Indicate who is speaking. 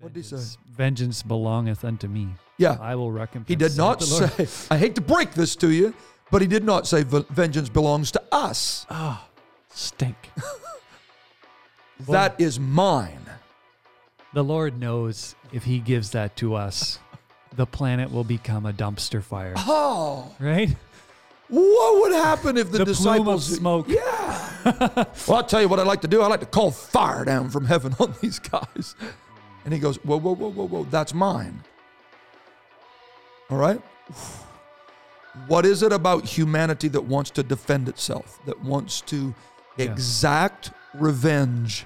Speaker 1: What did he say?
Speaker 2: Vengeance belongeth unto me.
Speaker 1: Yeah.
Speaker 2: I will recompense.
Speaker 1: He did
Speaker 2: saith
Speaker 1: not
Speaker 2: the Lord.
Speaker 1: say, I hate to break this to you, but he did not say "Ve- vengeance belongs to us.
Speaker 2: stink.
Speaker 1: that is mine.
Speaker 2: The Lord knows if He gives that to us, the planet will become a dumpster fire.
Speaker 1: Oh,
Speaker 2: Right?
Speaker 1: what would happen if the,
Speaker 2: The plume of
Speaker 1: disciples.
Speaker 2: smoke.
Speaker 1: Well, I'll tell you what I'd like to do. I'd like to call fire down from heaven on these guys. And he goes, Whoa, whoa, whoa, whoa, whoa, that's mine. All right? What is it about humanity that wants to defend itself, that wants to exact revenge